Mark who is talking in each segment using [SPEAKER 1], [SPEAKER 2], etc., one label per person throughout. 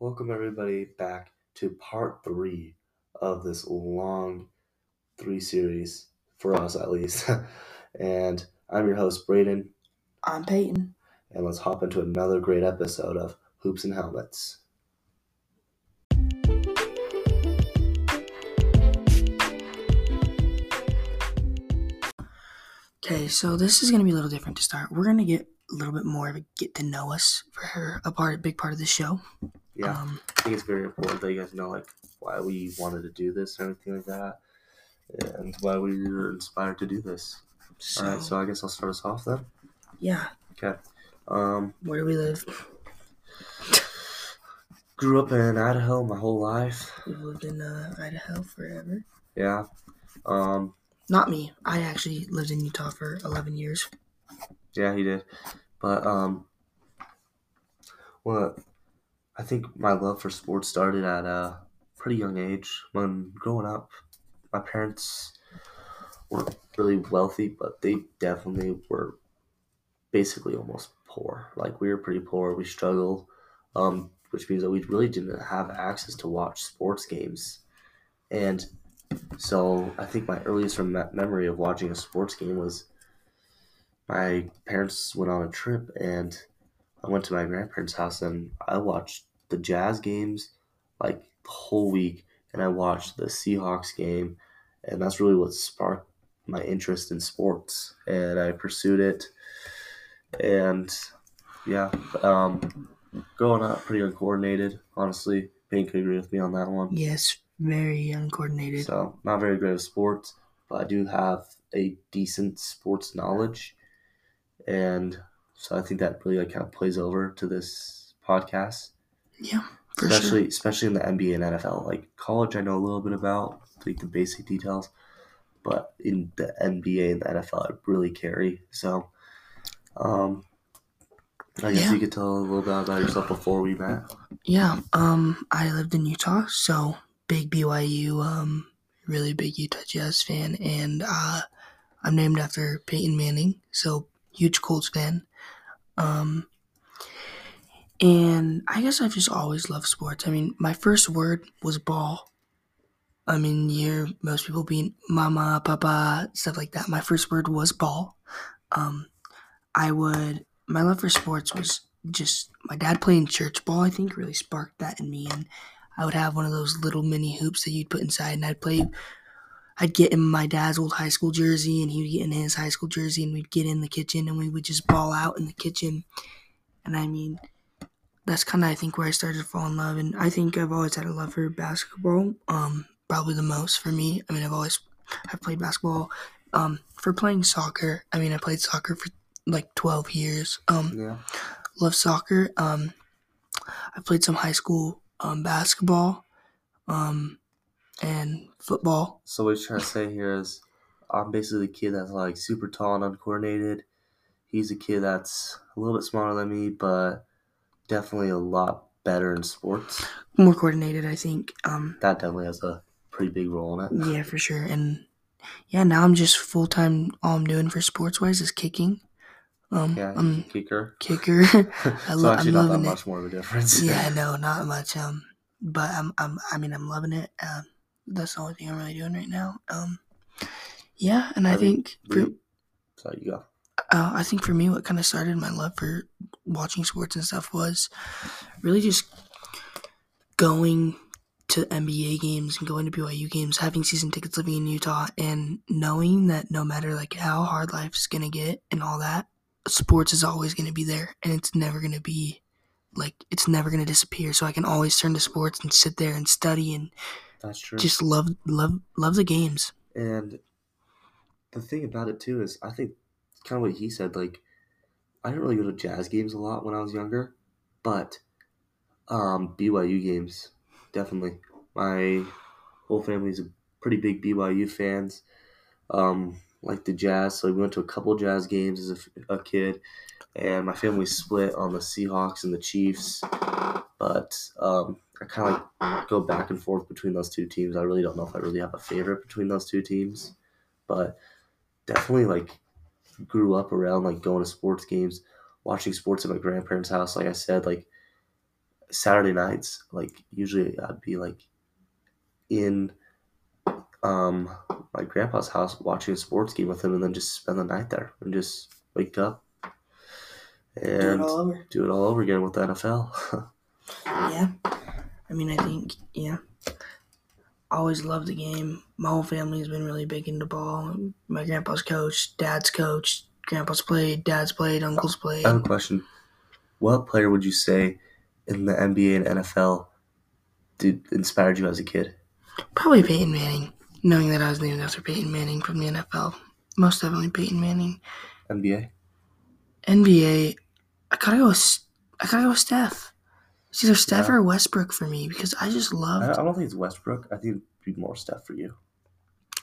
[SPEAKER 1] Welcome, everybody, back to part three of this long three series, for us at least. and I'm your host, Braden,
[SPEAKER 2] I'm Peyton.
[SPEAKER 1] and let's hop into another great episode of Hoops and Helmets.
[SPEAKER 2] Okay, so this is gonna be a little different to start. We're gonna get a little bit more of a get to know us for a part, big part of the show.
[SPEAKER 1] Yeah,
[SPEAKER 2] Um,
[SPEAKER 1] I think it's very important that you guys know, like, why we wanted to do this and everything like that, and why we were inspired to do this.
[SPEAKER 2] so,
[SPEAKER 1] All right, so I guess I'll start us off then.
[SPEAKER 2] yeah,
[SPEAKER 1] Okay. Um,
[SPEAKER 2] where do we live?
[SPEAKER 1] grew up in Idaho my whole life.
[SPEAKER 2] We've lived in uh, Idaho forever.
[SPEAKER 1] Yeah. Um,
[SPEAKER 2] Not me. I actually lived in Utah for 11 years.
[SPEAKER 1] Yeah, he did. But um, well, I think my love for sports started at a pretty young age. When growing up, my parents weren't really wealthy, but they definitely were basically almost poor. Like we were pretty poor. We struggled, um, which means that we really didn't have access to watch sports games, and so I think my earliest rem- memory of watching a sports game was my parents went on a trip and I went to my grandparents' house and I watched the Jazz games like the whole week and I watched the Seahawks game and that's really what sparked my interest in sports and I pursued it and yeah um growing up pretty uncoordinated honestly Pink could agree with me on that one
[SPEAKER 2] Yes, very uncoordinated.
[SPEAKER 1] so not very great at sports, but I do have a decent sports knowledge, and so I think that really like kind of plays over to this podcast,
[SPEAKER 2] yeah, for
[SPEAKER 1] especially
[SPEAKER 2] sure.
[SPEAKER 1] especially in the NBA and NFL. Like college, I know a little bit about like the basic details, but in the NBA and the NFL, I really carry. So, um, I guess
[SPEAKER 2] Yeah.
[SPEAKER 1] you could tell a little bit about yourself before we met.
[SPEAKER 2] Yeah, um, I lived in Utah, so big BYU, um, really big Utah Jazz fan, and uh, I'm named after Peyton Manning, so huge Colts fan. Um, and I guess I've just always loved sports. I mean, my first word was ball. I mean, you're most people being mama, papa, stuff like that. My first word was ball. Um, I would, my love for sports was just my dad playing church ball, I think, really sparked that in me. And I would have one of those little mini hoops that you'd put inside, and I'd play. I'd get in my dad's old high school jersey, and he would get in his high school jersey, and we'd get in the kitchen, and we would just ball out in the kitchen. And I mean, that's kind of I think where I started to fall in love, and I think I've always had a love for basketball. Um, probably the most for me. I mean, I've always I've played basketball. Um, for playing soccer, I mean, I played soccer for like twelve years. Um,
[SPEAKER 1] Yeah,
[SPEAKER 2] love soccer. Um, I played some high school um, basketball um, and football.
[SPEAKER 1] So what he's trying to say here is, I'm basically the kid that's like super tall and uncoordinated. He's a kid that's a little bit smaller than me, but definitely a lot better in sports.
[SPEAKER 2] More coordinated, I think. Um,
[SPEAKER 1] That definitely has a pretty big role in it.
[SPEAKER 2] yeah, for sure. And yeah, now I'm just full time. All I'm doing for sports wise is kicking. Um,
[SPEAKER 1] Yeah,
[SPEAKER 2] I'm
[SPEAKER 1] kicker.
[SPEAKER 2] kicker.
[SPEAKER 1] so
[SPEAKER 2] lo-
[SPEAKER 1] actually, not that
[SPEAKER 2] I'm loving it.
[SPEAKER 1] much more of a difference.
[SPEAKER 2] yeah, no, not much. Um, but I'm, I'm, I mean, I'm loving it. Um, that's the only thing I'm really doing right now. Um, yeah, and I,
[SPEAKER 1] I mean,
[SPEAKER 2] think for,
[SPEAKER 1] We- so you go.
[SPEAKER 2] uh, I think for me, what kind of started my love for watching sports and stuff was really just going to NBA games and going to BYU games, having season tickets, living in Utah, and knowing that no matter like how hard life's gonna get and all that, sports is always gonna be there, and it's never gonna be like it's never gonna disappear. So I can always turn to sports and sit there and study and
[SPEAKER 1] That's true.
[SPEAKER 2] just love, love, love the games.
[SPEAKER 1] And the thing about it too is, I think kind of what he said. Like, I didn't really go to jazz games a lot when I was younger, but um, BYU games definitely. My whole family's a pretty big BYU fans. Um, like the Jazz, so we went to a couple Jazz games as a f- a, kid, and my family split on the Seahawks and the Chiefs. But um, I kind of
[SPEAKER 2] Ah,
[SPEAKER 1] like go back and forth between those two teams. I really don't know if I really have a favorite between those two teams, but definitely like grew up around like going to sports games, watching sports at my grandparents' house. Like I said, like Saturday nights, like usually I'd be like in um my grandpa's house watching a sports game with him and then just spend the night there and just wake up and
[SPEAKER 2] do it all over.
[SPEAKER 1] do it all over again with the NFL.
[SPEAKER 2] Yeah. I mean, I think, yeah. Always loved the game. My whole family's been really big into ball. My grandpa's coached, dad's coached, grandpa's played, dad's played, uncle's played.
[SPEAKER 1] I have a question. What player would you say in the NBA and NFL did, inspired you as a kid?
[SPEAKER 2] Probably Peyton Manning, knowing that I was named after Peyton Manning from the NFL. Most definitely Peyton Manning.
[SPEAKER 1] NBA?
[SPEAKER 2] NBA, I gotta go. With, S- I gotta go with Steph. It's either Steph
[SPEAKER 1] Yeah.
[SPEAKER 2] or Westbrook for me because I just
[SPEAKER 1] I
[SPEAKER 2] loved.
[SPEAKER 1] I don't think it's Westbrook. I think it'd be more stuff for you.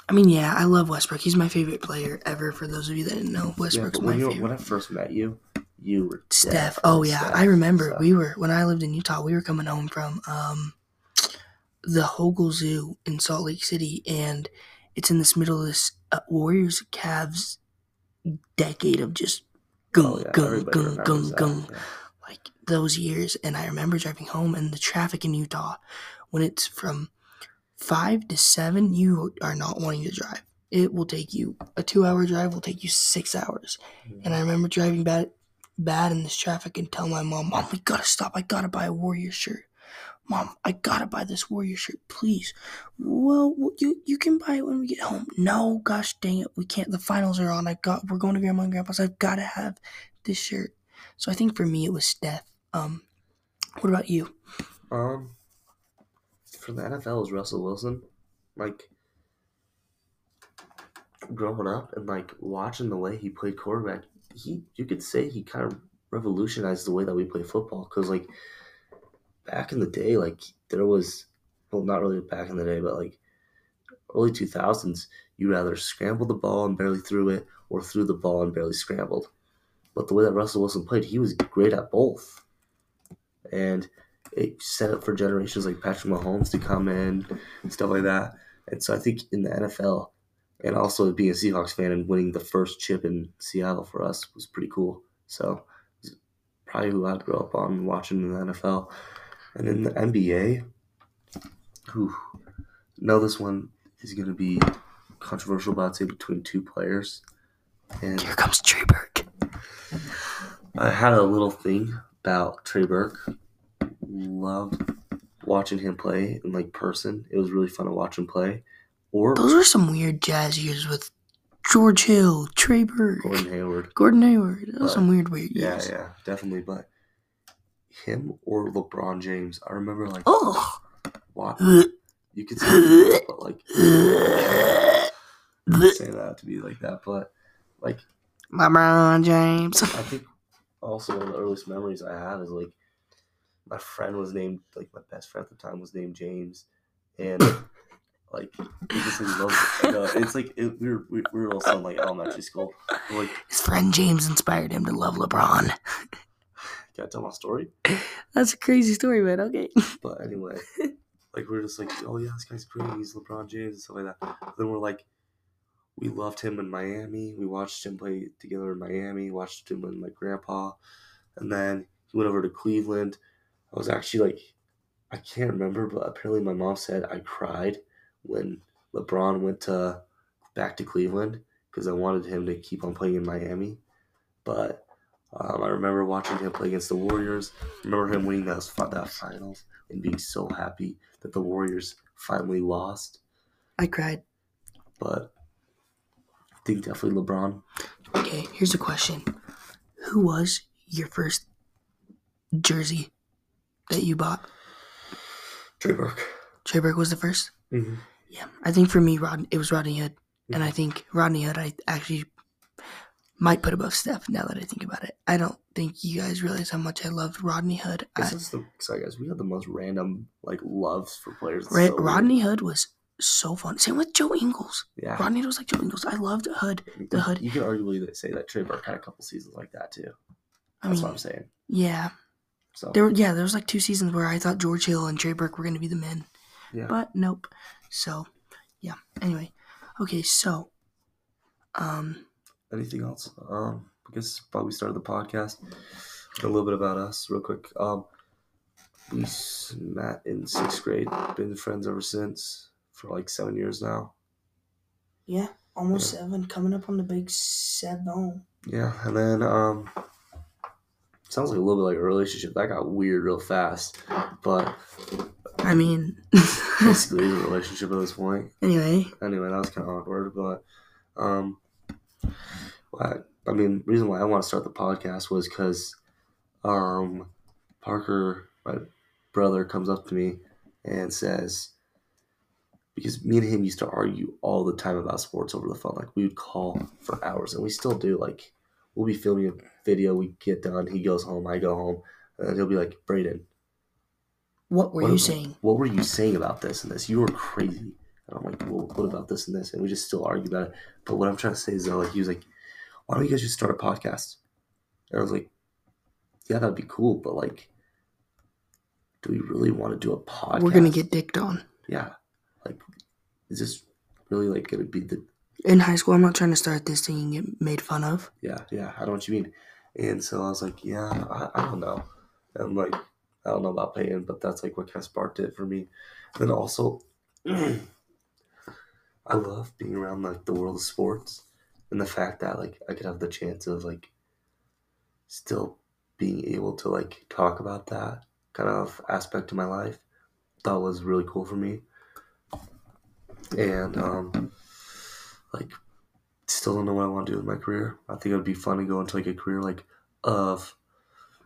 [SPEAKER 2] I mean, yeah, I love Westbrook. He's my favorite player ever. For those of you that didn't know,
[SPEAKER 1] Yeah,
[SPEAKER 2] Westbrook's
[SPEAKER 1] but
[SPEAKER 2] my
[SPEAKER 1] when, you,
[SPEAKER 2] favorite.
[SPEAKER 1] when I first met you, you were
[SPEAKER 2] Steph.
[SPEAKER 1] definitely
[SPEAKER 2] Oh yeah,
[SPEAKER 1] Steph.
[SPEAKER 2] I remember.
[SPEAKER 1] So-
[SPEAKER 2] We were when I lived in Utah. We were coming home from um, the Hogle Zoo in Salt Lake City, and it's in this middle of this uh, Warriors Cavs decade of just gung
[SPEAKER 1] Oh, yeah,
[SPEAKER 2] gung
[SPEAKER 1] everybody
[SPEAKER 2] gung
[SPEAKER 1] remembers
[SPEAKER 2] gung
[SPEAKER 1] that,
[SPEAKER 2] gung
[SPEAKER 1] yeah.
[SPEAKER 2] like those years. And I remember driving home and the traffic in Utah when it's from five to seven, you are not wanting to drive. It will take you a two hour drive will take you six hours. And I remember driving bad, bad in this traffic and tell my mom, Mom, we gotta stop. I gotta buy a Warrior shirt. Mom, I gotta buy this Warrior shirt, please. Well, well, you you can buy it when we get home. No, gosh dang it, we can't. The finals are on. I got. We're going to Grandma and Grandpa's. I've gotta have this shirt. So I think for me it was Steph. Um, what about you?
[SPEAKER 1] Um, from the NFL is Russell Wilson. Like growing up and like watching the way he played quarterback, he you could say he kind of revolutionized the way that we play football. Because like back in the day, like there was well, not really back in the day, but like early two thousands, you rather scrambled the ball and barely threw it, or threw the ball and barely scrambled. But the way that Russell Wilson played, he was great at both, and it set up for generations like Patrick Mahomes to come in and stuff like that. And so I think in the NFL, and also being a Seahawks fan and winning the first chip in Seattle for us was pretty cool. So it's probably who I'd grow up on watching in the NFL. And in the NBA, whew, know this one is going to be controversial, but I'd say between two players. And
[SPEAKER 2] Here comes Trey Burke.
[SPEAKER 1] I had a little thing about Trey Burke. Loved watching him play in like person. It was really fun to watch him play. Or
[SPEAKER 2] Those were some weird jazz years with George Hill, Trey Burke,
[SPEAKER 1] Gordon Hayward.
[SPEAKER 2] Gordon Hayward. Those were
[SPEAKER 1] But-
[SPEAKER 2] some weird weird
[SPEAKER 1] Yeah,
[SPEAKER 2] years.
[SPEAKER 1] yeah, definitely. But him or LeBron James, I remember like
[SPEAKER 2] Oh.
[SPEAKER 1] what you could say, but like say that to be like that. But like
[SPEAKER 2] LeBron James.
[SPEAKER 1] I think also one of the earliest memories I had is like my friend was named like my best friend at the time was named James, and like we just like, loved it. No, it's like it, we were we, we were also in like elementary school. But, like
[SPEAKER 2] His friend James inspired him to love LeBron.
[SPEAKER 1] can I tell my story?
[SPEAKER 2] That's a crazy story, man. Okay.
[SPEAKER 1] But anyway, like we are just like, oh yeah, this guy's great. He's LeBron James and stuff like that. But then we're like, we loved him in Miami. We watched him play together in Miami. Watched him with my grandpa, and then he went over to Cleveland. I was actually like, I can't remember, but apparently my mom said I cried when LeBron went to back to Cleveland because I wanted him to keep on playing in Miami, but. Um, I remember watching him play against the Warriors. Remember him winning those fi- that finals and being so happy that the Warriors finally lost.
[SPEAKER 2] I cried.
[SPEAKER 1] But I think definitely LeBron.
[SPEAKER 2] Okay, here's a question. Who was your first jersey that you bought?
[SPEAKER 1] Trey Burke.
[SPEAKER 2] Trey Burke was the first?
[SPEAKER 1] Mm-hmm.
[SPEAKER 2] Yeah, I think for me, Rod, it was Rodney Hood, and I think Rodney Hood, I actually might put above Steph. Now that I think about it, I don't think you guys realize how much I loved Rodney Hood. I,
[SPEAKER 1] This is the sorry guys, we had the most random like loves for players. It's
[SPEAKER 2] Ra-
[SPEAKER 1] so weird.
[SPEAKER 2] Rodney Hood was so fun. Same with Joe Ingles.
[SPEAKER 1] Yeah.
[SPEAKER 2] Rodney Hood was like Joe Ingles. I loved Hood.
[SPEAKER 1] You-
[SPEAKER 2] the Hood.
[SPEAKER 1] You can arguably that- say that Trey Burke had a couple seasons like that too.
[SPEAKER 2] I
[SPEAKER 1] That's
[SPEAKER 2] mean,
[SPEAKER 1] what I'm saying. Oh.
[SPEAKER 2] yeah,
[SPEAKER 1] So
[SPEAKER 2] there, were- yeah, there was like two seasons where I thought George Hill and Trey Burke were gonna be the men,
[SPEAKER 1] yeah.
[SPEAKER 2] but nope. So, yeah. Anyway, okay, so, um,
[SPEAKER 1] anything else? Um, I guess while we started the podcast, a little bit about us, real quick. Um, we s- met in sixth grade. Been friends ever since for like seven years now.
[SPEAKER 2] Yeah, almost
[SPEAKER 1] Yeah.
[SPEAKER 2] seven. Coming up on the big seven.
[SPEAKER 1] Yeah, and then um, sounds like a little bit like a relationship that got weird real fast, but
[SPEAKER 2] I mean,
[SPEAKER 1] basically it's a relationship at this point.
[SPEAKER 2] anyway,
[SPEAKER 1] anyway, that was kind of awkward, but um, I, I mean, reason why I want to start the podcast was because um, Parker, my brother, comes up to me and says, because me and him used to argue all the time about sports over the phone, like we would call for hours, and we still do. Like we'll be filming a video, we get done, he goes home, I go home, and he'll be like, Braden,
[SPEAKER 2] what were
[SPEAKER 1] What am
[SPEAKER 2] you
[SPEAKER 1] I-
[SPEAKER 2] saying?
[SPEAKER 1] what were you saying about this and this? You were crazy. And I'm like, well, what about this and this? And we just still argue about it. But what I'm trying to say is, though, like, he was like, why don't you guys just start a podcast? And I was like, yeah, that'd be cool. But, like, do we really want to do a podcast?
[SPEAKER 2] We're gonna get dicked on.
[SPEAKER 1] Yeah. Like, is this really, like, going to be the.
[SPEAKER 2] In high school, I'm not trying to start this thing and get made fun of.
[SPEAKER 1] Yeah, yeah, I know what you mean. And so I was like, yeah, I, I don't know. And, like, I don't know about Peyton, but that's, like, what kind of sparked it for me. And also, I love being around like the world of sports and the fact that like I could have the chance of like still being able to like talk about that kind of aspect of my life. That was really cool for me. And um like still don't know what I want to do with my career. I think it would be fun to go into like a career like of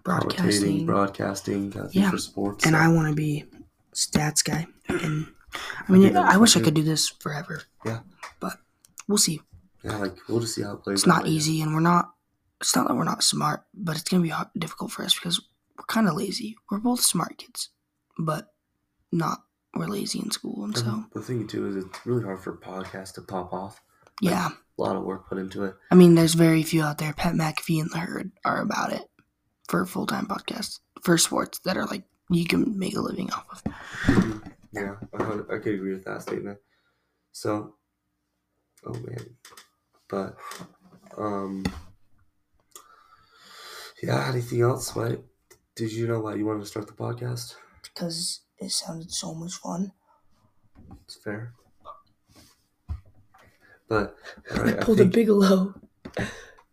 [SPEAKER 2] Broadcasting.
[SPEAKER 1] commentating, broadcasting, kind of thing
[SPEAKER 2] Yeah.
[SPEAKER 1] for sports.
[SPEAKER 2] and
[SPEAKER 1] So-
[SPEAKER 2] I want to be stats guy. And I mean,
[SPEAKER 1] that
[SPEAKER 2] I wish I
[SPEAKER 1] too.
[SPEAKER 2] could do this forever.
[SPEAKER 1] Yeah.
[SPEAKER 2] But we'll see.
[SPEAKER 1] yeah, like we'll just see how it plays.
[SPEAKER 2] It's
[SPEAKER 1] out
[SPEAKER 2] not
[SPEAKER 1] later.
[SPEAKER 2] easy, and we're not. It's not that we're not smart, but it's gonna be hard, difficult for us because we're kind of lazy. We're both smart kids, but not we're lazy in school, and so
[SPEAKER 1] And the thing too is it's really hard for podcasts to pop off.
[SPEAKER 2] yeah.
[SPEAKER 1] A lot of work put into it.
[SPEAKER 2] I mean, there's very few out there. Pat McAfee and the Herd are about it for full time podcasts for sports that are like you can make a living off of.
[SPEAKER 1] Yeah, I, hun- I could agree with that statement. So, oh man, but um, yeah. Anything else? Why did you know why you wanted to start the podcast?
[SPEAKER 2] Because it sounded so much fun.
[SPEAKER 1] It's fair. But all
[SPEAKER 2] I
[SPEAKER 1] right, I
[SPEAKER 2] pulled a
[SPEAKER 1] think-
[SPEAKER 2] Bigelow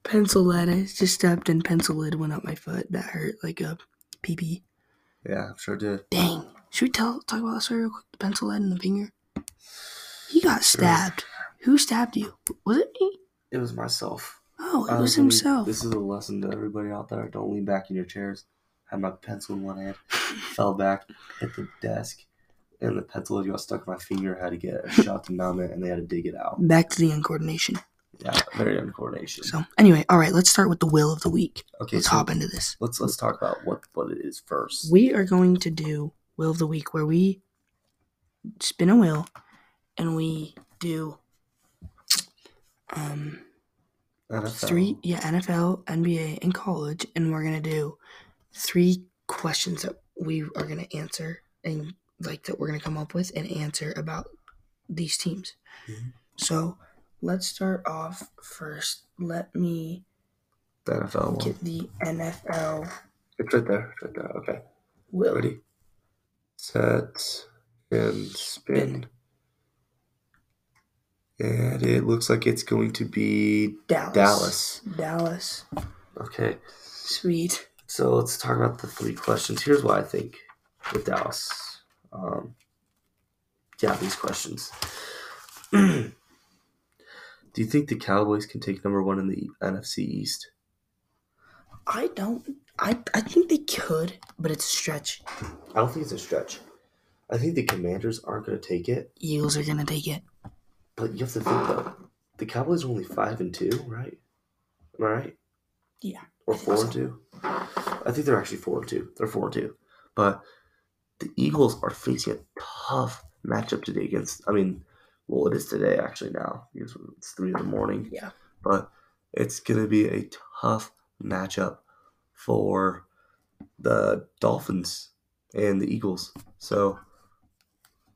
[SPEAKER 2] pencil lead. I just stepped and pencil lid went up my foot. That hurt like a pee pee.
[SPEAKER 1] yeah, I'm sure it did.
[SPEAKER 2] Dang. Should we tell talk about that story real quick? The pencil lead and the finger. He got stabbed. Who stabbed you? Was it me?
[SPEAKER 1] It was myself.
[SPEAKER 2] Oh,
[SPEAKER 1] I
[SPEAKER 2] it was
[SPEAKER 1] really-
[SPEAKER 2] himself.
[SPEAKER 1] Um, This is a lesson to everybody out there. Don't lean back in your chairs. Had my pencil in one hand, fell back, hit the desk, and the pencil got stuck in my finger. Had to get a shot to numb it, and they had to dig it out.
[SPEAKER 2] Back to the uncoordination.
[SPEAKER 1] Yeah, very uncoordination.
[SPEAKER 2] So anyway, all right, let's start with the will of the week.
[SPEAKER 1] okay,
[SPEAKER 2] Let's
[SPEAKER 1] so
[SPEAKER 2] hop into this.
[SPEAKER 1] let's let's talk about what what it is first.
[SPEAKER 2] We are going to do Will of the Week where we spin a wheel and we do um
[SPEAKER 1] NFL.
[SPEAKER 2] three yeah, NFL, NBA, and college, and we're gonna do three questions that we are gonna answer and like that we're gonna come up with and answer about these teams.
[SPEAKER 1] Mhm.
[SPEAKER 2] So let's start off first. Let me
[SPEAKER 1] The NFL one.
[SPEAKER 2] get the NFL
[SPEAKER 1] It's right there. It's right there. Okay.
[SPEAKER 2] will.
[SPEAKER 1] Ready, set, and spin. And it looks like it's going to be
[SPEAKER 2] Dallas.
[SPEAKER 1] Dallas.
[SPEAKER 2] Dallas.
[SPEAKER 1] Okay.
[SPEAKER 2] Sweet.
[SPEAKER 1] So let's talk about the three questions. Here's why I think with Dallas. Um, yeah, these questions. Do you think the Cowboys can take number one in the NFC East?
[SPEAKER 2] I don't. I I think they could, but it's a stretch.
[SPEAKER 1] I don't think it's a stretch. I think the Commanders aren't going to take it,
[SPEAKER 2] Eagles are gonna take it.
[SPEAKER 1] but you have to think though. The Cowboys are only five and two, right? Am I right?
[SPEAKER 2] Yeah.
[SPEAKER 1] Or
[SPEAKER 2] I think
[SPEAKER 1] four and
[SPEAKER 2] so.
[SPEAKER 1] two? I think they're actually four and two. They're four and two. But the Eagles are facing a tough matchup today against I mean, well it is today actually now. because It's three in the morning.
[SPEAKER 2] Yeah.
[SPEAKER 1] But it's gonna be a tough matchup for the Dolphins and the Eagles. So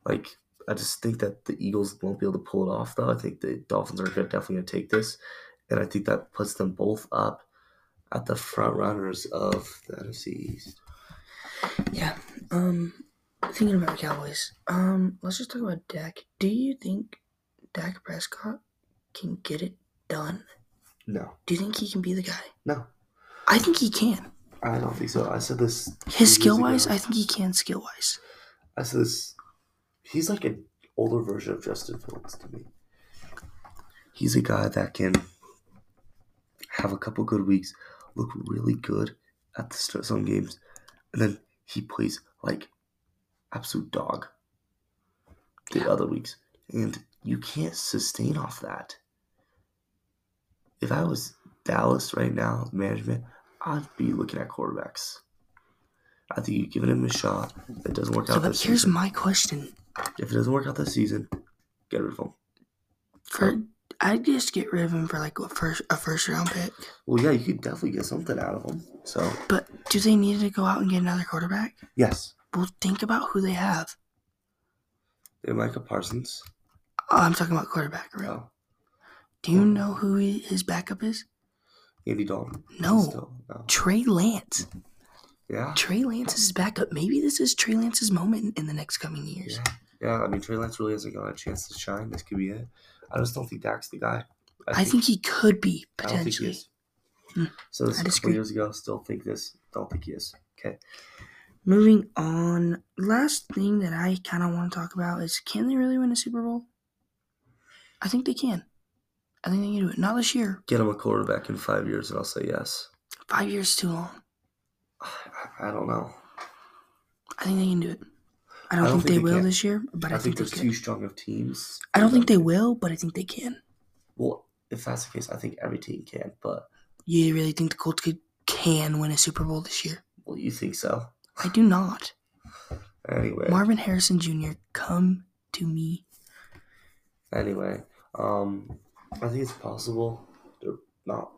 [SPEAKER 1] like I just think that the Eagles won't be able to pull it off though. I think the Dolphins are gonna- definitely gonna take this. And I think that puts them both up at the front runners of the NFC East.
[SPEAKER 2] Yeah, Um, thinking about the Cowboys. Um, let's just talk about Dak. Do you think Dak Prescott can get it done?
[SPEAKER 1] No,
[SPEAKER 2] Do you think he can be the guy?
[SPEAKER 1] no,
[SPEAKER 2] I think he can.
[SPEAKER 1] I don't think so. I said this. two
[SPEAKER 2] His
[SPEAKER 1] years
[SPEAKER 2] skill wise,
[SPEAKER 1] ago.
[SPEAKER 2] I think he can skill wise.
[SPEAKER 1] I said this. He's like an older version of Justin Fields to me. He's a guy that can have a couple good weeks, look really good at the start some games, and then he plays like absolute dog the other weeks. And you can't sustain off that. If I was Dallas right now, management, I'd be looking at quarterbacks. I think you've given him a shot. If it doesn't work
[SPEAKER 2] So,
[SPEAKER 1] out
[SPEAKER 2] but
[SPEAKER 1] this
[SPEAKER 2] here's
[SPEAKER 1] season,
[SPEAKER 2] my question.
[SPEAKER 1] if it doesn't work out this season, get rid of him.
[SPEAKER 2] For I'd just get rid of him for like a first a first round pick.
[SPEAKER 1] Well, yeah, you could definitely get something out of him. So
[SPEAKER 2] But do they need to go out and get another quarterback?
[SPEAKER 1] yes,
[SPEAKER 2] Well, think about who they have.
[SPEAKER 1] they Micah Parsons.
[SPEAKER 2] I'm talking about quarterback, right?
[SPEAKER 1] No,
[SPEAKER 2] Do you know who he- his backup is?
[SPEAKER 1] Andy Dalton.
[SPEAKER 2] No.
[SPEAKER 1] Still, no.
[SPEAKER 2] Trey Lance.
[SPEAKER 1] Yeah.
[SPEAKER 2] Trey Lance is his backup. Maybe this is Trey Lance's moment in the next coming years.
[SPEAKER 1] Yeah. Yeah. I mean, Trey Lance really hasn't got a chance to shine. This could be it. I just don't think Dak's the guy.
[SPEAKER 2] I think he could be
[SPEAKER 1] I don't think he
[SPEAKER 2] potentially.
[SPEAKER 1] is. So this is a couple
[SPEAKER 2] I disagree.
[SPEAKER 1] years ago. Still think this. Don't think he is. Okay.
[SPEAKER 2] Moving on, last thing that I kind of want to talk about is can they really win a Super Bowl? I think they can. I think they can do it. Not this year.
[SPEAKER 1] Get him a quarterback in five years, and I'll say yes.
[SPEAKER 2] Five years is too long.
[SPEAKER 1] I- I don't know.
[SPEAKER 2] I think they can do it. I don't, think, they, will
[SPEAKER 1] can.
[SPEAKER 2] this year, but
[SPEAKER 1] I,
[SPEAKER 2] I,
[SPEAKER 1] think,
[SPEAKER 2] think,
[SPEAKER 1] there's
[SPEAKER 2] they
[SPEAKER 1] too
[SPEAKER 2] could.
[SPEAKER 1] strong of teams.
[SPEAKER 2] I don't think they will, but I think they can.
[SPEAKER 1] Well, if that's the case, I think every team can. But
[SPEAKER 2] You really think the Colts could can win a Super Bowl this year?
[SPEAKER 1] well, you think so?
[SPEAKER 2] I do not.
[SPEAKER 1] Anyway,
[SPEAKER 2] Marvin Harrison Jr., come to me.
[SPEAKER 1] anyway, um, I think it's possible. They're not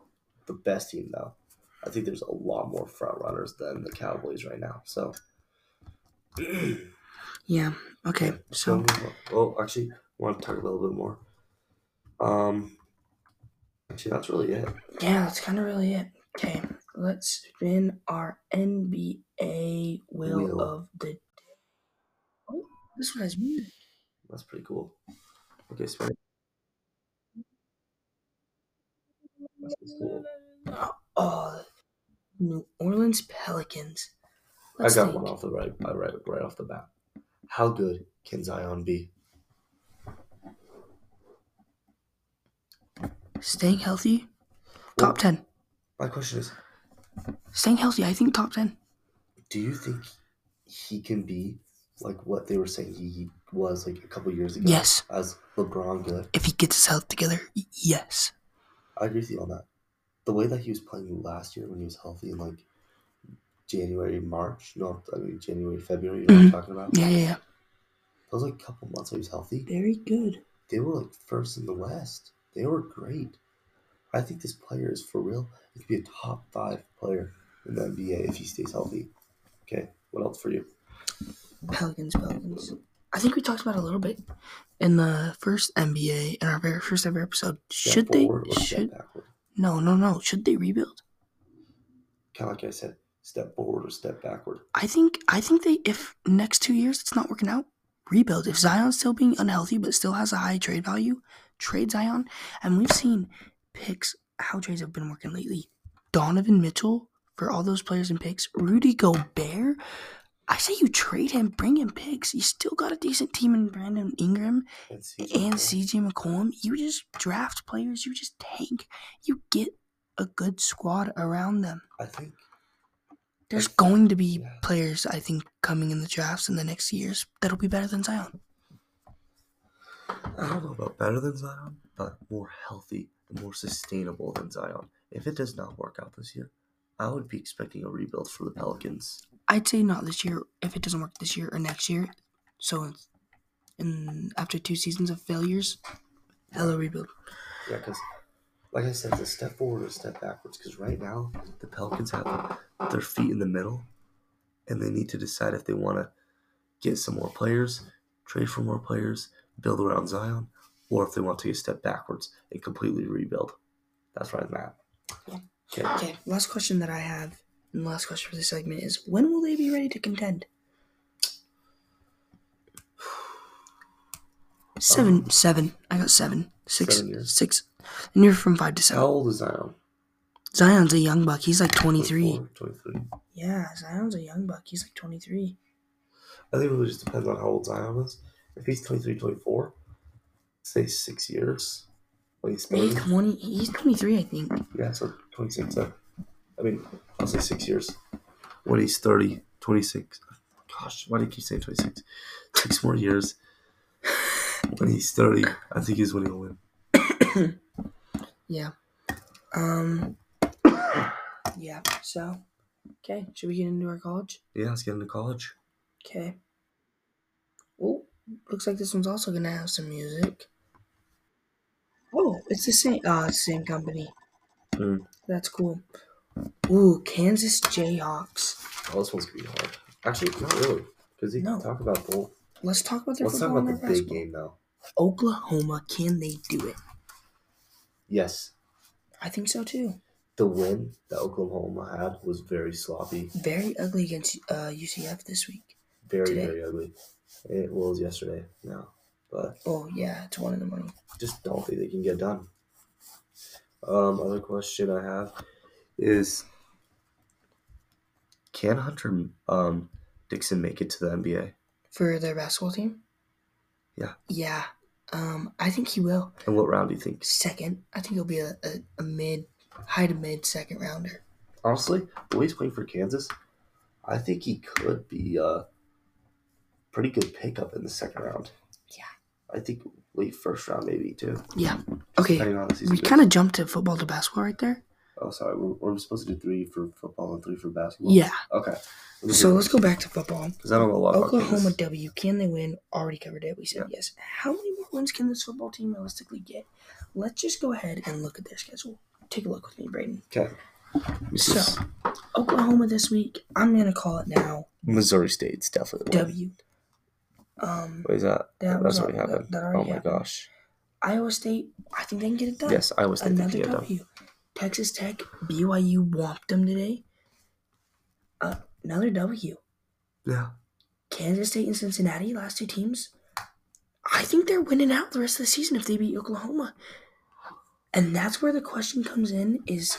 [SPEAKER 1] the best team though. I think there's a lot more front runners than the Cowboys right now. So,
[SPEAKER 2] Yeah. Okay. So
[SPEAKER 1] well, actually, I want to talk a little bit more. Um, actually, that's really it.
[SPEAKER 2] yeah, that's kind of really it. Okay. Let's spin our NBA wheel,
[SPEAKER 1] Wheel.
[SPEAKER 2] of the. Oh, this one has music.
[SPEAKER 1] That's pretty cool. Okay, so That's pretty cool.
[SPEAKER 2] Oh, New Orleans Pelicans.
[SPEAKER 1] I got one off the right, uh, right, right off the bat. How good can Zion be?
[SPEAKER 2] Staying healthy, top ten.
[SPEAKER 1] My question is,
[SPEAKER 2] Staying healthy, I think top ten.
[SPEAKER 1] do you think he can be like what they were saying he was like a couple years ago?
[SPEAKER 2] Yes,
[SPEAKER 1] As LeBron good.
[SPEAKER 2] if he gets his health together, y- yes.
[SPEAKER 1] I agree with you on that. The way that he was playing last year when he was healthy in like January, March, you know, I mean January, February, you know
[SPEAKER 2] Mhm.
[SPEAKER 1] what I'm talking about?
[SPEAKER 2] Yeah, yeah, yeah.
[SPEAKER 1] Those like couple months when he was healthy,
[SPEAKER 2] Very good.
[SPEAKER 1] they were like first in the West. They were great. I think this player is for real. He could be a top five player in the NBA if he stays healthy. Okay, what else for you?
[SPEAKER 2] Pelicans, Pelicans. I think we talked about it a little bit in the first NBA in our very first ever episode.
[SPEAKER 1] Step
[SPEAKER 2] Should they?
[SPEAKER 1] forward or step
[SPEAKER 2] Should
[SPEAKER 1] backward?
[SPEAKER 2] no, no, no. Should they rebuild?
[SPEAKER 1] Kind of like I said, step forward or step backward.
[SPEAKER 2] I think. I think they. If next two years it's not working out, rebuild. If Zion's still being unhealthy but still has a high trade value, trade Zion. And we've seen picks how trades have been working lately. Donovan Mitchell for all those players and picks. Rudy Gobert. I say you trade him, bring him picks. You still got a decent team in Brandon Ingram.
[SPEAKER 1] And see.
[SPEAKER 2] and CJ McCollum, you just draft players, you just tank, you get a good squad around them.
[SPEAKER 1] I think
[SPEAKER 2] There's going to be
[SPEAKER 1] Yeah.
[SPEAKER 2] players, I think, coming in the drafts in the next years that'll be better than Zion.
[SPEAKER 1] I don't know about better than Zion, but more healthy and more sustainable than Zion. If it does not work out this year, I would be expecting a rebuild for the Pelicans.
[SPEAKER 2] I'd say not this year if it doesn't work this year or next year. So, in- in after two seasons of failures, hello rebuild.
[SPEAKER 1] Yeah, because like I said, the step forward or step backwards. Because right now the Pelicans have their feet in the middle, and they need to decide if they want to get some more players, trade for more players, build around Zion, or if they want to take a step backwards and completely rebuild. That's right, Matt.
[SPEAKER 2] Yeah.
[SPEAKER 1] Okay.
[SPEAKER 2] Okay, last question that I have, and last question for this segment is: When will they be ready to contend? Seven, seven. I got seven, six,
[SPEAKER 1] Um, Seven years. Oh.
[SPEAKER 2] six. And you're from five to seven.
[SPEAKER 1] How old is Zion?
[SPEAKER 2] Zion's a young buck. He's like 23.
[SPEAKER 1] 24, 23.
[SPEAKER 2] Yeah, Zion's a young buck. He's like 23.
[SPEAKER 1] I think it really just depends on how old Zion is. If he's 23, 24, say six years. Like he's
[SPEAKER 2] Maybe
[SPEAKER 1] 30.
[SPEAKER 2] 20. He's 23, I think.
[SPEAKER 1] Yeah, so 26. uh, I mean, I'll say six years. When he's 30, 26. Gosh, why do you keep saying 26? Six more years. When he's 30, I think is when he'll win.
[SPEAKER 2] Yeah. Um. Yeah. So, okay. Should we get into our college?
[SPEAKER 1] Yeah, let's get into college.
[SPEAKER 2] Okay. Oh, looks like this one's also gonna have some music. Oh, it's the same. Uh, it's the same company.
[SPEAKER 1] Mm.
[SPEAKER 2] That's cool. Ooh, Kansas Jayhawks.
[SPEAKER 1] Oh, this one's going to be hard. Actually, not really. Because you
[SPEAKER 2] No.
[SPEAKER 1] can talk about both.
[SPEAKER 2] Let's talk about their
[SPEAKER 1] Let's talk
[SPEAKER 2] football
[SPEAKER 1] about
[SPEAKER 2] and
[SPEAKER 1] the
[SPEAKER 2] their
[SPEAKER 1] big
[SPEAKER 2] basketball.
[SPEAKER 1] game now.
[SPEAKER 2] Oklahoma, can they do it?
[SPEAKER 1] Yes,
[SPEAKER 2] I think so too.
[SPEAKER 1] the win that Oklahoma had was very sloppy.
[SPEAKER 2] Very ugly against uh, UCF this week.
[SPEAKER 1] very
[SPEAKER 2] Today?
[SPEAKER 1] very ugly. It was yesterday now, but
[SPEAKER 2] Oh yeah, it's one in the morning.
[SPEAKER 1] just don't think they can get done. Um, other question I have is, can Hunter um Dixon make it to the NBA?
[SPEAKER 2] for their basketball team?
[SPEAKER 1] Yeah.
[SPEAKER 2] Yeah. Um, I think he will.
[SPEAKER 1] And what round do you think?
[SPEAKER 2] Second, I think he'll be a, a, a mid, high to mid second rounder.
[SPEAKER 1] Honestly, the way he's playing for Kansas, I think he could be a pretty good pickup in the second round.
[SPEAKER 2] Yeah.
[SPEAKER 1] I think late first round maybe too.
[SPEAKER 2] Yeah. Okay.
[SPEAKER 1] Depending on how the season
[SPEAKER 2] We
[SPEAKER 1] goes.
[SPEAKER 2] kind of jumped to football to basketball right there.
[SPEAKER 1] Oh, sorry. We're, we're supposed to do three for football and three for basketball.
[SPEAKER 2] Yeah.
[SPEAKER 1] Okay.
[SPEAKER 2] So let's go back to football.
[SPEAKER 1] Because I don't know a lot
[SPEAKER 2] Oklahoma
[SPEAKER 1] about
[SPEAKER 2] W. Can they win? Already covered it. We said yes. How many more wins can this football team realistically get? Let's just go ahead and look at their schedule. Take a look with me, Braden.
[SPEAKER 1] Kansas. Okay. This is-
[SPEAKER 2] Oklahoma this week. I'm gonna call it now.
[SPEAKER 1] Missouri State's definitely the one.
[SPEAKER 2] W. Um,
[SPEAKER 1] Wait, is that?
[SPEAKER 2] That was
[SPEAKER 1] that's already
[SPEAKER 2] al-
[SPEAKER 1] happened.
[SPEAKER 2] that- that already
[SPEAKER 1] oh my
[SPEAKER 2] happened.
[SPEAKER 1] gosh.
[SPEAKER 2] Iowa State. I think they can get it done.
[SPEAKER 1] Yes, I was thinking
[SPEAKER 2] another
[SPEAKER 1] yeah,
[SPEAKER 2] W. Texas Tech, BYU whomped them today. Uh, another W.
[SPEAKER 1] Yeah.
[SPEAKER 2] Kansas State and Cincinnati, last two teams. I think they're winning out the rest of the season if they beat Oklahoma. And that's where the question comes in is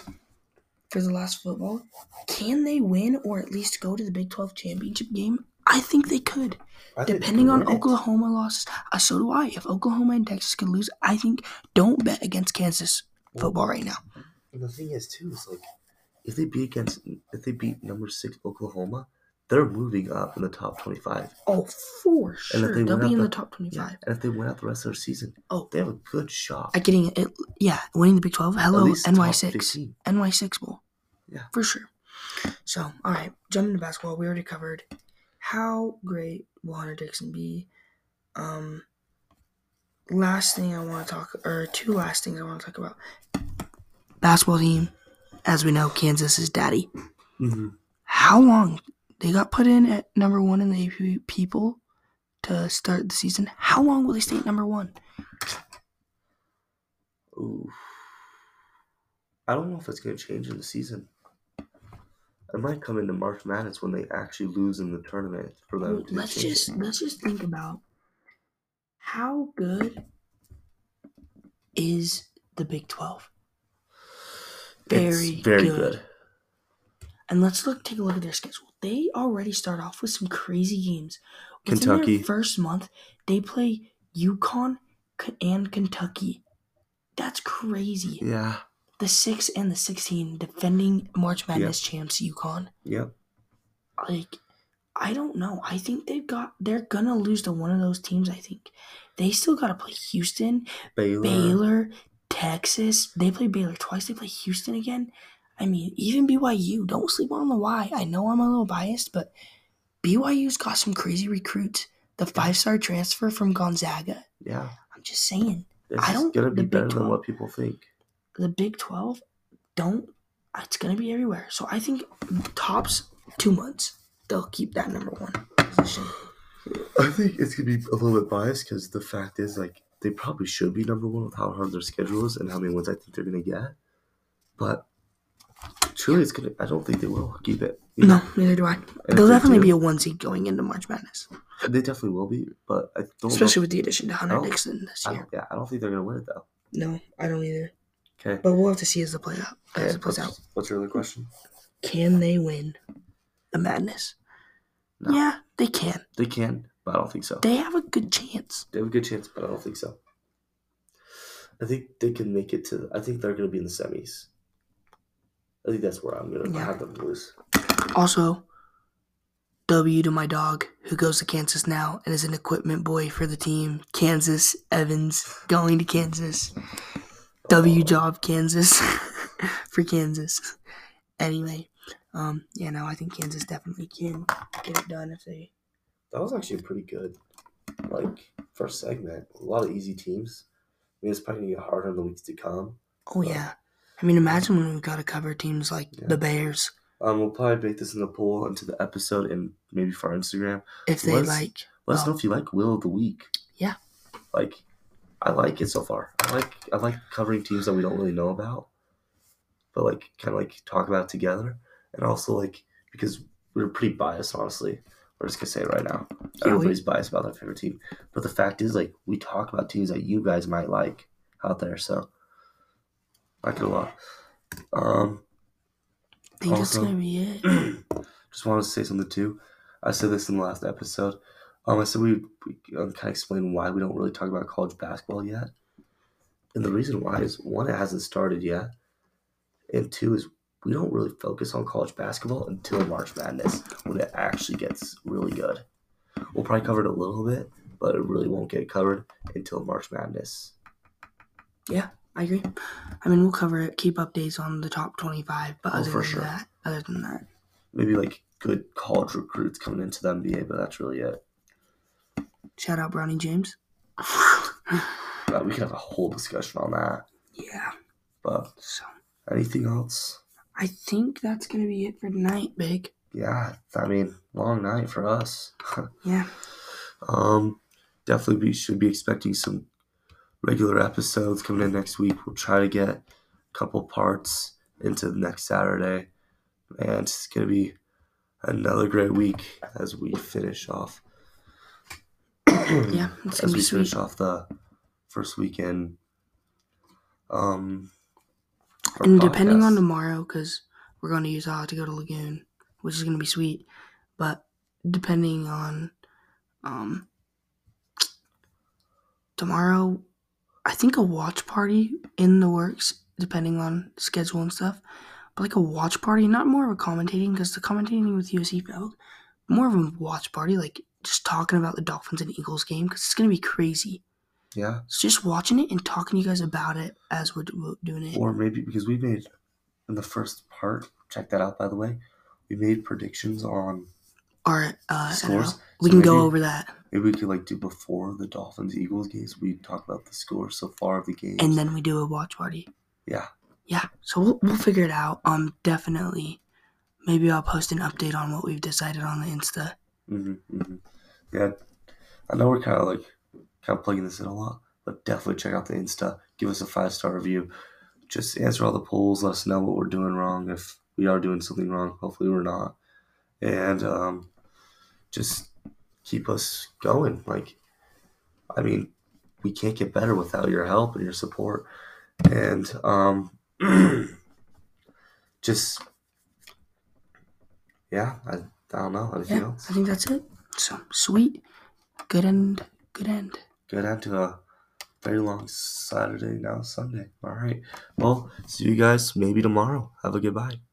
[SPEAKER 2] for the last football, can they win or at least go to the Big 12 championship game? I think they could.
[SPEAKER 1] I think
[SPEAKER 2] Depending on
[SPEAKER 1] Pitt-
[SPEAKER 2] Oklahoma losses, uh, so do I. If Oklahoma and Texas could lose, I think don't bet against Kansas football right now.
[SPEAKER 1] The thing is too is like, if they beat against, if they beat number six Oklahoma, they're moving up in the top twenty-five.
[SPEAKER 2] Oh, for
[SPEAKER 1] And if
[SPEAKER 2] sure.
[SPEAKER 1] they win
[SPEAKER 2] They'll be
[SPEAKER 1] out
[SPEAKER 2] in the,
[SPEAKER 1] the-
[SPEAKER 2] top 25.
[SPEAKER 1] And if they win out the rest of their season,
[SPEAKER 2] Oh,
[SPEAKER 1] they have a good shot.
[SPEAKER 2] I getting it. Yeah, winning the Big 12.
[SPEAKER 1] At
[SPEAKER 2] Hello,
[SPEAKER 1] least top
[SPEAKER 2] NY6.
[SPEAKER 1] 15.
[SPEAKER 2] NY6 Bowl.
[SPEAKER 1] Yeah.
[SPEAKER 2] For sure. So, all right, jumping to basketball. We already covered how great will Hunter Dixon be. Um, last thing I want to talk, or two last things I want to talk about. Basketball team, as we know, Kansas is daddy.
[SPEAKER 1] Mhm.
[SPEAKER 2] How long they got put in at number one in the AP people to start the season? How long will they stay at number one?
[SPEAKER 1] Ooh. I don't know if it's going to change in the season. It might come into March Madness when they actually lose in the tournament for them.
[SPEAKER 2] Well,
[SPEAKER 1] to
[SPEAKER 2] let's
[SPEAKER 1] change it.
[SPEAKER 2] just let's just think about how good is the Big Twelve, very
[SPEAKER 1] it's very
[SPEAKER 2] good.
[SPEAKER 1] good.
[SPEAKER 2] and let's look take a look at their schedule. They already start off with some crazy games. Within
[SPEAKER 1] Kentucky.
[SPEAKER 2] their first month, they play UConn K- and Kentucky. That's crazy.
[SPEAKER 1] Yeah.
[SPEAKER 2] The six and the sixteen defending March Madness champs UConn.
[SPEAKER 1] Yep.
[SPEAKER 2] like I don't know. I think they've got they're gonna lose to one of those teams, I think. They still gotta play Houston,
[SPEAKER 1] Baylor.
[SPEAKER 2] Baylor, Texas. They play Baylor twice, they play Houston again. I mean, even BYU, don't sleep on the Y. I know I'm a little biased, but BYU's got some crazy recruits. The five star transfer from Gonzaga.
[SPEAKER 1] Yeah.
[SPEAKER 2] I'm just saying.
[SPEAKER 1] This
[SPEAKER 2] I don't-
[SPEAKER 1] is gonna be
[SPEAKER 2] the Big
[SPEAKER 1] better than
[SPEAKER 2] 12.
[SPEAKER 1] what people think.
[SPEAKER 2] The Big Twelve don't it's gonna be everywhere. So I think tops two months, they'll keep that number one position.
[SPEAKER 1] I think it's gonna be a little bit biased because the fact is, like, they probably should be number one with how hard their schedule is and how many wins I think they're gonna get. But Surely it's gonna. I don't think they will keep it. you
[SPEAKER 2] No,
[SPEAKER 1] know?
[SPEAKER 2] neither do Oh, I.
[SPEAKER 1] if
[SPEAKER 2] There'll
[SPEAKER 1] they
[SPEAKER 2] definitely
[SPEAKER 1] do-
[SPEAKER 2] be a one seed going into March Madness,
[SPEAKER 1] They definitely will be, but I don't. know-
[SPEAKER 2] especially with the addition to Hunter
[SPEAKER 1] No.
[SPEAKER 2] Dixon this
[SPEAKER 1] I
[SPEAKER 2] year.
[SPEAKER 1] don't, yeah, I don't think they're gonna win it though.
[SPEAKER 2] Oh. No, I don't either.
[SPEAKER 1] Okay.
[SPEAKER 2] But we'll have to see as the play out as
[SPEAKER 1] Okay,
[SPEAKER 2] it plays out.
[SPEAKER 1] what's, what's your other question?
[SPEAKER 2] Can they win the Madness?
[SPEAKER 1] No.
[SPEAKER 2] Yeah, they can.
[SPEAKER 1] They can, but I don't think so.
[SPEAKER 2] They have a good chance.
[SPEAKER 1] They have a good chance, but I don't think so. I think they can make it to. I think they're going to be in the semis. I think that's where I'm going to
[SPEAKER 2] Yeah.
[SPEAKER 1] have them lose.
[SPEAKER 2] Also, W to my dog who goes to Kansas now and is an equipment boy for the team. Kansas Evans going to Kansas. W
[SPEAKER 1] Uh,
[SPEAKER 2] job Kansas for Kansas. Anyway, um, yeah, no, I think Kansas definitely can get it done if they.
[SPEAKER 1] That was actually pretty good. Like first segment, a lot of easy teams. I mean, it's probably going to get harder in the weeks to come.
[SPEAKER 2] Oh yeah, I mean, imagine when we've got to cover teams like
[SPEAKER 1] Yeah.
[SPEAKER 2] the Bears
[SPEAKER 1] Um, we'll probably make this in the poll into the episode and maybe for our Instagram.
[SPEAKER 2] if they
[SPEAKER 1] Let's-
[SPEAKER 2] like.
[SPEAKER 1] Let us
[SPEAKER 2] Oh.
[SPEAKER 1] know if you like Will of the Week.
[SPEAKER 2] Yeah.
[SPEAKER 1] Like, I like it so far. I like I like covering teams that we don't really know about, but like kind of like talk about it together, and also like because we're pretty biased, honestly. We're just gonna say it right now.
[SPEAKER 2] Yeah, we-
[SPEAKER 1] Everybody's biased about their favorite team, but the fact is, like, we talk about teams that you guys might like out there. So, I like it a lot. Um,
[SPEAKER 2] I think that's
[SPEAKER 1] Also-
[SPEAKER 2] gonna be it.
[SPEAKER 1] just wanted to say something too. I said this in the last episode. Um, I said we, we um, kind of explain why we don't really talk about college basketball yet, and the reason why is one, it hasn't started yet, and two is we don't really focus on college basketball until March Madness when it actually gets really good. We'll probably cover it a little bit, but it really won't get covered until March Madness.
[SPEAKER 2] I agree. I mean, we'll cover it. Keep updates on the top twenty-five, but
[SPEAKER 1] Oh,
[SPEAKER 2] other
[SPEAKER 1] for
[SPEAKER 2] than
[SPEAKER 1] sure.
[SPEAKER 2] that, other than that,
[SPEAKER 1] Maybe like good college recruits coming into the NBA, but that's really it.
[SPEAKER 2] shout out Brownie James.
[SPEAKER 1] Uh, we could have a whole discussion on that,
[SPEAKER 2] yeah.
[SPEAKER 1] but.
[SPEAKER 2] So
[SPEAKER 1] Anything else?
[SPEAKER 2] I think that's gonna be it for tonight, Big.
[SPEAKER 1] Yeah, I mean, long night for us.
[SPEAKER 2] Yeah.
[SPEAKER 1] um, definitely we should be expecting some regular episodes coming in next week. We'll try to get a couple parts into the next Saturday, and it's gonna be another great week as we finish off.
[SPEAKER 2] Yeah, it's
[SPEAKER 1] as
[SPEAKER 2] gonna
[SPEAKER 1] we
[SPEAKER 2] be sweet.
[SPEAKER 1] finish off the first weekend. Um, our
[SPEAKER 2] And depending on
[SPEAKER 1] podcast.
[SPEAKER 2] tomorrow, because we're going to Utah to go to Lagoon, which is going to be sweet. But depending on um, tomorrow, I think a watch party in the works, depending on schedule and stuff. But like a watch party, not more of a commentating, because the commentating with USC failed. More of a watch party, like just talking about the Dolphins and Eagles game, because it's going to be crazy.
[SPEAKER 1] yeah.
[SPEAKER 2] So just watching it and talking to you guys about it as we're do- doing it.
[SPEAKER 1] or maybe because we made in the first part check that out by the way we made predictions on
[SPEAKER 2] Or uh,
[SPEAKER 1] Scores?
[SPEAKER 2] scores. We
[SPEAKER 1] So
[SPEAKER 2] can go
[SPEAKER 1] maybe-
[SPEAKER 2] over that,
[SPEAKER 1] maybe we could like do before the dolphins eagles games we talk about the score so far of the games
[SPEAKER 2] and then we do a watch party.
[SPEAKER 1] yeah
[SPEAKER 2] Yeah, so we'll we'll figure it out. Um, definitely. Maybe I'll post an update on what we've decided on the Insta.
[SPEAKER 1] hmm hmm yeah i know we're kind of like kind of plugging this in a lot but definitely check out the insta give us a five star review just answer all the polls let us know what we're doing wrong if we are doing something wrong hopefully we're not and um, just keep us going like i mean we can't get better without your help and your support and um, just yeah I, I don't know anything
[SPEAKER 2] Yeah,
[SPEAKER 1] else
[SPEAKER 2] I think that's it. So sweet, good end, good end.
[SPEAKER 1] Good out to a very long Saturday now, Sunday. All right. Well, see you guys maybe tomorrow. Have a good bye.